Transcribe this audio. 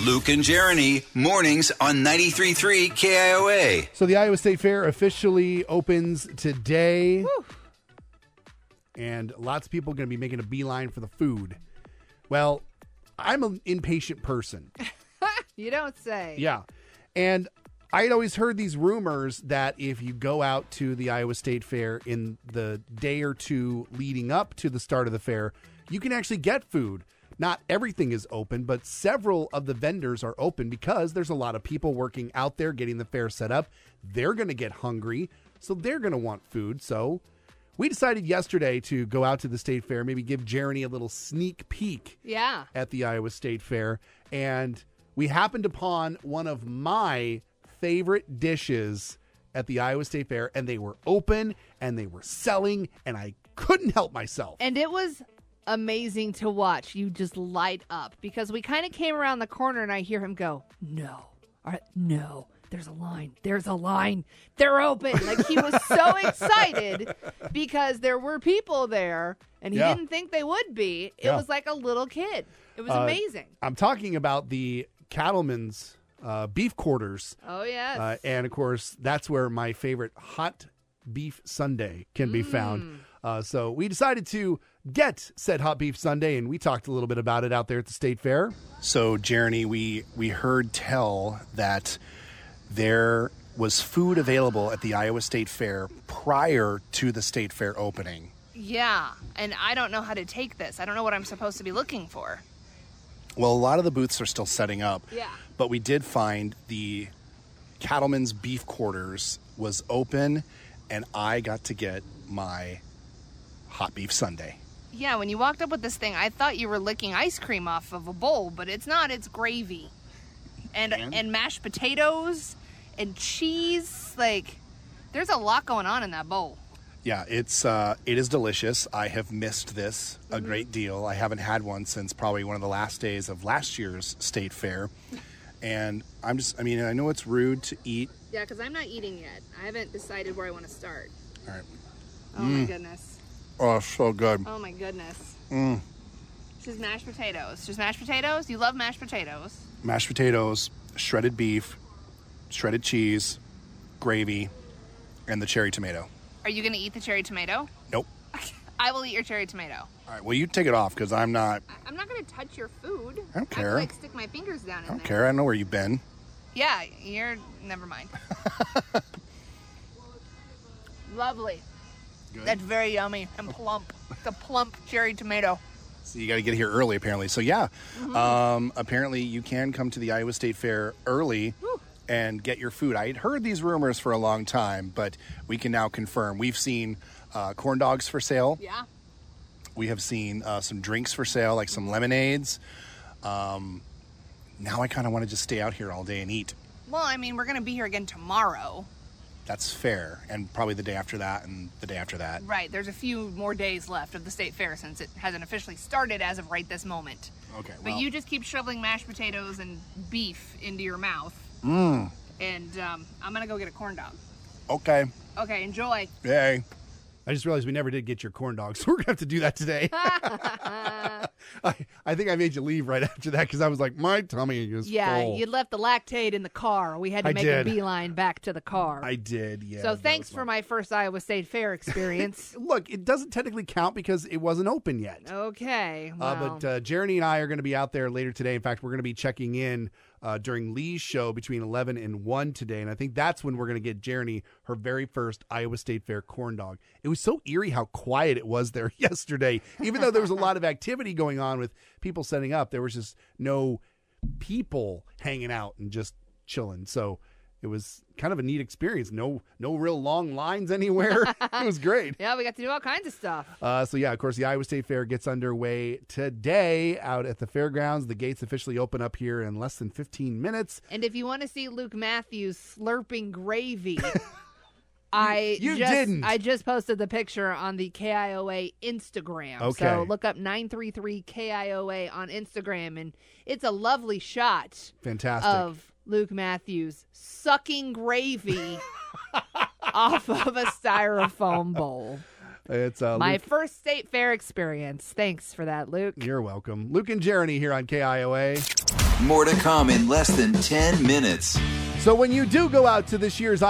Luke and Jeremy, mornings on 93.3 KIOA. So the Iowa State Fair officially opens today. And lots of people are going to be making a beeline for the food. Well, I'm an impatient person. You don't say. Yeah. And I had always heard these rumors that if you go out to the Iowa State Fair in the day or two leading up to the start of the fair, you can actually get food. Not everything is open, but several of the vendors are open because there's a lot of people working out there getting the fair set up. They're going to get hungry, so they're going to want food. So we decided yesterday to go out to the state fair, maybe give Jeremy a little sneak peek Yeah. at the Iowa State Fair, and we happened upon one of my favorite dishes at the Iowa State Fair, and they were open and they were selling, and I couldn't help myself. And it was amazing to watch. You just light up because we kind of came around the corner and I hear him go, No. All right, no. There's a line. There's a line. They're open. Like he was so excited because there were people there and he Yeah. didn't think they would be. It Yeah. Uh, was like a little kid. It was amazing. I'm talking about the Cattleman's uh, beef quarters, Oh, yes. uh, and of course, that's where my favorite hot beef Sunday can be Mm. found. Uh, so we decided to get said hot beef Sunday, and we talked a little bit about it out there at the state fair. So, Jeremy, we we heard tell that there was food available at the Iowa State Fair prior to the state fair opening. Yeah, and I don't know how to take this. I don't know what I'm supposed to be looking for. Well, a lot of the booths are still setting up. Yeah. But we did find the Cattleman's Beef Quarters was open, and I got to get my hot beef Sunday. Yeah, when you walked up with this thing, I thought you were licking ice cream off of a bowl, but it's not. It's gravy. And and, mashed potatoes and cheese. Like there's a lot going on in that bowl. Yeah, it's uh, it is delicious. I have missed this a great deal. I haven't had one since probably one of the last days of last year's state fair, and I'm just. I mean, I know it's rude to eat. Yeah, cuz I'm not eating yet. I haven't decided where I want to start. All right. Oh Mm. my goodness. Oh, so good. Oh my goodness. Mm. She's mashed potatoes. She's mashed potatoes. You love mashed potatoes. Mashed potatoes, shredded beef, shredded cheese, gravy, and the cherry tomato. Are you going to eat the cherry tomato? Nope. I will eat your cherry tomato. All right. Well, you take it off because I'm not. I I'm not gonna touch your food. I don't could, care. like stick my fingers down in don't there. care. I don't know where you've been. Yeah, you're. Never mind. Lovely. That's very yummy and plump. The plump cherry tomato. So you got to get here early, apparently. So yeah, um, apparently you can come to the Iowa State Fair early and get your food. I had heard these rumors for a long time, but we can now confirm. We've seen uh, corn dogs for sale. Yeah. We have seen uh, some drinks for sale, like some lemonades. Um, now I kind of want to just stay out here all day and eat. Well, I mean, we're gonna be here again tomorrow. That's fair, and probably the day after that, and the day after that. Right. There's a few more days left of the state fair since it hasn't officially started as of right this moment. Okay. But well, you just keep shoveling mashed potatoes and beef into your mouth. Mmm. And um, I'm gonna go get a corn dog. okay? Okay, enjoy. Oh. Yay. I just realized we never did get your corn dogs. We're going to have to do that today. I, I think I made you leave right after that because I was like, my tummy is yeah, full. you left the lactate in the car. We had to I make did. a beeline back to the car. I did, yeah. so that thanks was for my first Iowa State Fair experience. my- Look, it doesn't technically count because it wasn't open yet. okay. Well, Uh, but uh, Jeremy and I are going to be out there later today. In fact, we're going to be checking in uh, during Lee's show between 11 and 1 today. And I think that's when we're going to get Jeremy her very first Iowa State Fair corn dog. It was so eerie how quiet it was there yesterday. Even though there was a lot of activity going on with people setting up, there was just no people hanging out and just chilling. So it was kind of a neat experience. No, no real long lines anywhere. it was great. yeah, we got to do all kinds of stuff. Uh, so yeah, of course, the Iowa State Fair gets underway today out at the fairgrounds. The gates officially open up here in less than 15 minutes. And if you want to see Luke Matthews slurping gravy, I You just, didn't. I just posted the picture on the KIOA Instagram. So Okay. look up 933 KIOA on Instagram, and it's a lovely shot Fantastic. of Luke Matthews sucking gravy off of a styrofoam bowl. it's uh, My Luke, first state fair experience. Thanks for that, Luke. you're welcome, Luke and Jeremy here on KIOA. More to come in less than 10 minutes. So when you do go out to this year's